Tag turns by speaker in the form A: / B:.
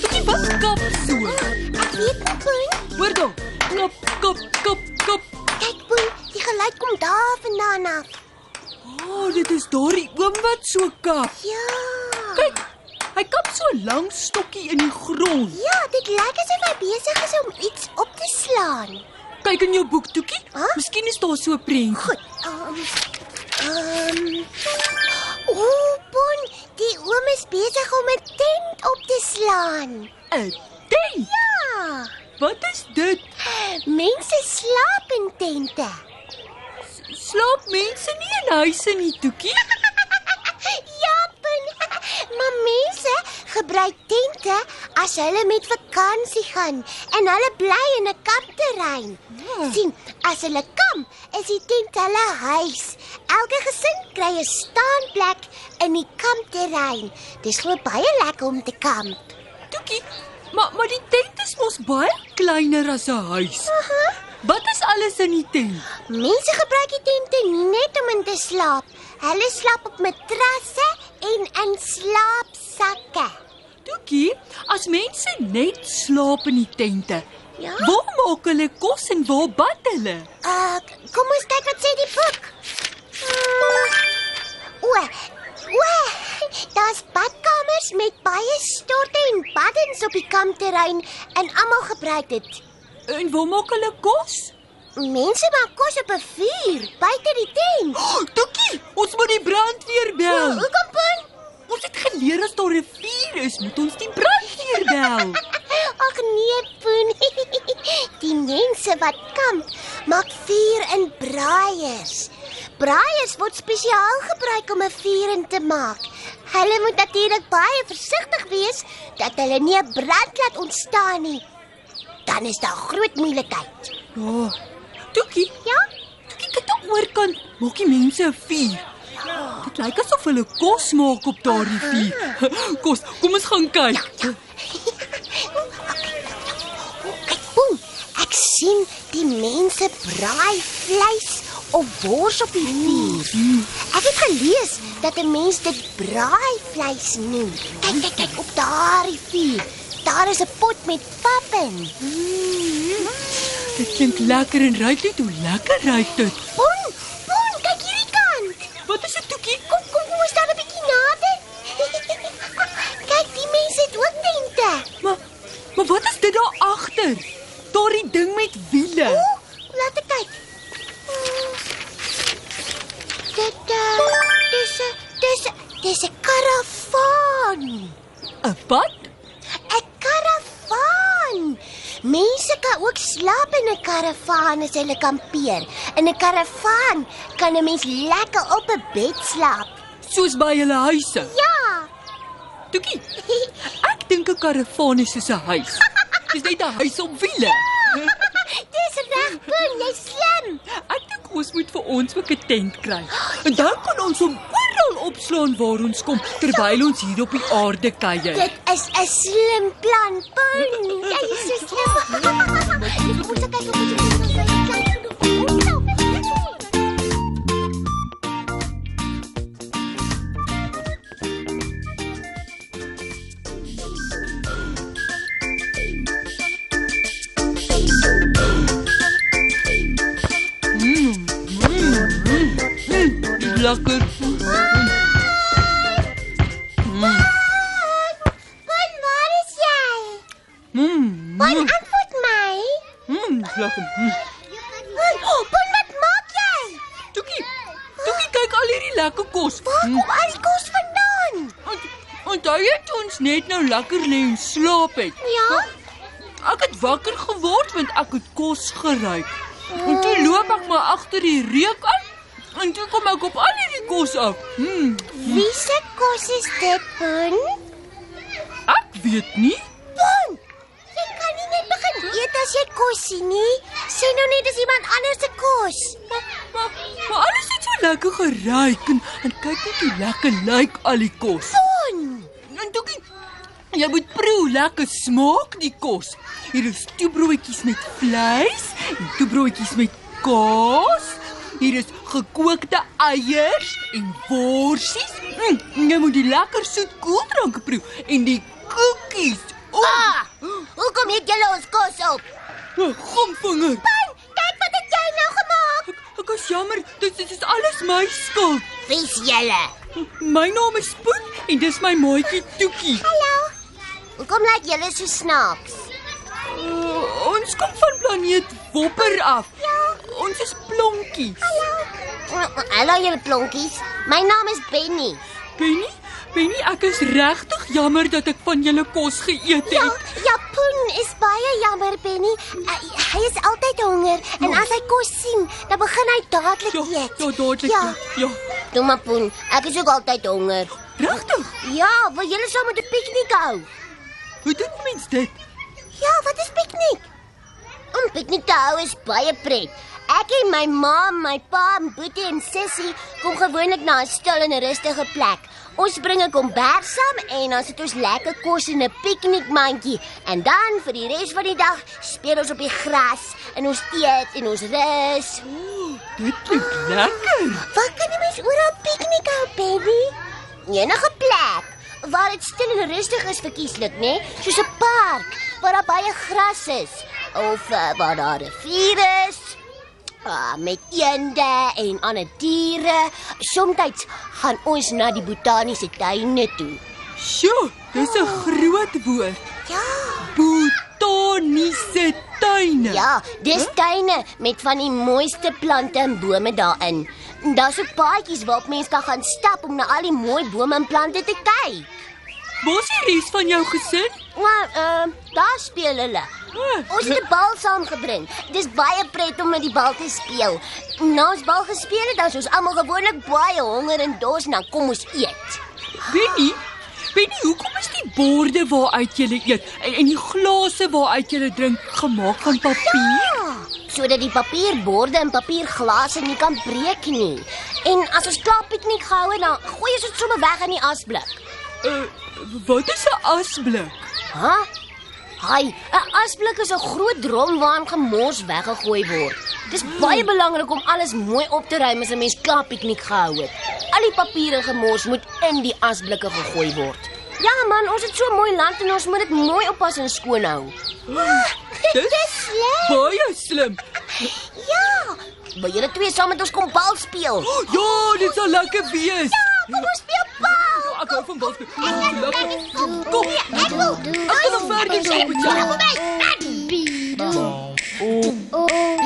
A: kop.
B: Zo.
C: Ek weet, Boen.
A: Hoor dan. Klop, kop, kop, kop.
C: Kyk, Boen, die geluid kom daar vandaan af.
A: O, oh, dit is daardie oom wat so kap.
C: Ja.
A: Kyk, hy kap so lank stokkie in die grond.
C: Ja, dit lyk asof hy besig is om iets op te slaan.
A: Kyk in jou boek, Toekie.
C: Huh?
A: Miskien is daar so 'n prentjie.
C: Goed. Ehm. Ehm. Ooh, Boen, die oom is besig om 'n tent op te slaan.
A: 'n Tent.
C: Ja.
A: Wat is dit?
C: Mense slaap in tente.
A: Slaap mense nie in huise nie, Toekie?
C: ja, Boen. Maar mense gebruik tente as hulle met vakansie gaan en hulle bly in 'n kampterrein.
A: Ja.
C: sien, as hulle kamp, is die tent hulle huis. Elke gesin kry 'n staanplek in die kampterrein. Dis glo baie lekker om te kamp.
A: Toekie, maar maar die tent is mos baie kleiner as 'n huis. Wat is alles in die tent?
C: Mense gebruik die tente nie net om in te slaap. Hulle slaap op matrasse en in slaapsakke.
A: Toekie, as mense net slaap in die tente,
C: Ja?
A: waar maak hulle kos en waar bad hulle?
C: Uh, kom ons kyk wat sê die boek. O, o, daar's badkamers met baie storte en baddens op die kampterrein en almal gebruik dit.
A: En waar maak hulle kos?
C: Mense maak kos op 'n vuur buite die tent.
A: Oh, Toekie, ons moet die brandweer
C: O,
A: bel.
C: Hoekom pun?
A: Ons het geleer as daar 'n vuur is, moet ons die brandweer bel.
C: Ag nee, Poen. Die mense wat kamp maak vuur in braaiers. Braaiers word spesiaal gebruik om 'n vuur in te maak. Hulle moet natuurlik baie versigtig wees dat hulle nie 'n brand laat ontstaan nie. Dan is daar groot moeilikheid.
A: Ja. Toekie,
C: Ja?
A: Toekie kyk aan oorkant, maak die mense 'n vuur. Dit lyk asof hulle kos maak op daardie vuur. Kos, kom ons gaan kyk.
C: Kyk, Poen. Ek sien die mense braai vleis of wors op die vuur. Ek het gelees dat 'n mens dit braai vleis noem. Kyk, kyk, kyk op daardie vuur. Daar is 'n pot met pap in.
A: Dit klink lekker en ruik net hoe lekker ruik dit.
C: Poen, Poen, kyk hierdie kant.
A: Wat is dit, Toekie?
C: Kom, kom, kom ons staan 'n bietjie nader. kyk, die mense het ook tente.
A: Maar maar wat is dit daar agter? Daardie ding met wiele.
C: O, laat ek kyk. Mm. Dit eh, dis 'n- dis 'n- dis 'n karavaan.
A: 'n Pad?
C: 'n Karavaan. Mense kan ook slaap in 'n karavaan as hulle kampeer. In 'n karavaan kan 'n mens lekker op 'n bed slaap.
A: Soos by hulle huise.
C: Ja.
A: Toekie, ek dink 'n karavaan is soos 'n huis. Dis net 'n huis op wiele.
C: Dis reg, Boen, jy's slim.
A: Ek dink ons moet vir ons ook 'n tent kry. En dan kan ons hom oral opslaan waar ons kom terwyl ons hier op die aarde kuier.
C: Dit is 'n slim plan, Poen. Jy is so slim. Ek moet kyk of dit is so slim.
A: Mm, dis lekker.
C: Poen, waar is jy?
A: Mm,
C: Poen, antwoord my.
A: mm, dis lekker. Mm.
C: Poen, oh, Poen, wat maak jy?
A: Toekie, Toekie kyk al hierdie lekker kos. Hmm.
C: Waar kom al die kos vandaan?
A: Ont- Onthou jy toe ons net nou lekker lê en slaap het?
C: Ja,
A: Ek het wakker geword want ek het kos geruik. En toe loop ek maar agter die reuk aan en toe kom ek op al hierdie kos af. Hmm,
C: wie se kos is dit, Poen?
A: ek weet nie.
C: Poen, jy kan nie net begin eet as jy kos sien nie. Sê nou net dis iemand anders se kos.
A: Maar, maar alles het so lekker geruik en, en kyk net hoe lekker lyk al die kos.
C: Poen.
A: En toe jy moet proe hoe lekker smaak die kos. Hier is toebroodjies met vleis en toebroodjies met kaas. Hier is gekookte eiers en worsies. Hm, Mm, en jy moet die lekker soet koeldrank proe en die koekies. O,
C: Ah!
A: mm,
C: Hoekom eet julle ons kos op?
A: 'n Gomvinger.
C: Pan, kyk wat het jy nou gemaak?
A: Ek, ek is jammer, dit, dit is alles my skuld.
C: Wie's julle?
A: My naam is Spoen en dis my maatjie Toekie.
C: Hallo. Hoekom lyk julle so snaaks?
A: Uh, ons kom van planeet Wopper af.
C: Ja.
A: Ons is plonkies.
C: Hallo. Hallo julle plonkies. My naam is Benny.
A: Penny, Penny, ek is regtig jammer dat ek van julle kos geëet
C: Ja,
A: het.
C: Japoen is baie jammer Benny. Uh, hy is altyd honger en as hy kos sien, dan begin hy dadelik eet.
A: ja, dadelik. Ja. ja.
C: Toe maar Poen, ek is ook altyd honger.
A: Regtig?
C: Ja, wil julle saam met 'n piknik hou?
A: Hoe doen mens dit?
C: Ja, wat is piknik? Om piknik te hou is baie pret. Ek en my ma, my pa, en boetie en sussie kom gewoonlik na 'n stil en rustige plek. Ons bring 'n kombers saam en dan sit ons lekker kos in 'n piknikmandjie. En dan vir die res van die dag speel ons op die gras en ons eet en ons rus.
A: Dit klink lekker.
C: Waar kan 'n mens oral piknik hou, baby? Enige plek waar dit stil en rustig is verkieslik, né? Nee? Soos 'n park waar daar baie gras is of uh, waar daar 'n rivier is. Ah, met eende en ander diere. Somstyds gaan ons na die botaniese tuine toe.
A: Sjoe, dis 'n groot woord.
C: Ja.
A: Botaniese tuine.
C: Ja, dis tuine met van die mooiste plante en bome daarin. Daar's ook paadjies waarop mense kan gaan stap om na al die mooi bome en plante te kyk.
A: Waar's die res van jou gesin?
C: Maar ehm daar speel hulle. Ons het 'n bal saamgebring. Dis baie pret om met die bal te speel. Na ons bal gespeel het, dan is ons almal gewoonlik baie honger en dors en dan kom ons eet.
A: Benny, Benny, hoekom is die borde waaruit jy eet en, en die glase waaruit jy drink gemaak van papier?
C: Ja, Ah, sodat die papierborde en papierglase nie kan breek nie. En as ons klaar piknik gehou het, dan gooi ons dit sommer weg in die asblik.
A: Uh, wat is 'n asblik?
C: Ha? Hi, 'n asblik is 'n groot drom waarin gemors weggegooi word. Dis baie belangrik om alles mooi op te ruim as 'n mens klaar piknik gehou het. Al die papier en gemors moet in die asblikke gegooi word. Ja man, ons het so mooi land en ons moet dit mooi oppas en skoon hou.
A: Dis baie slim.
C: Ja! Wil julle twee saam met ons kom bal speel?
A: Ja, dit sal lekker wees.
C: Kom ons speel bal.
A: Ek hou van balspel. Dis lekker. Kom,
C: Ek wil.
A: ek wil verder speel met jou.
C: Kom by.
B: Oh,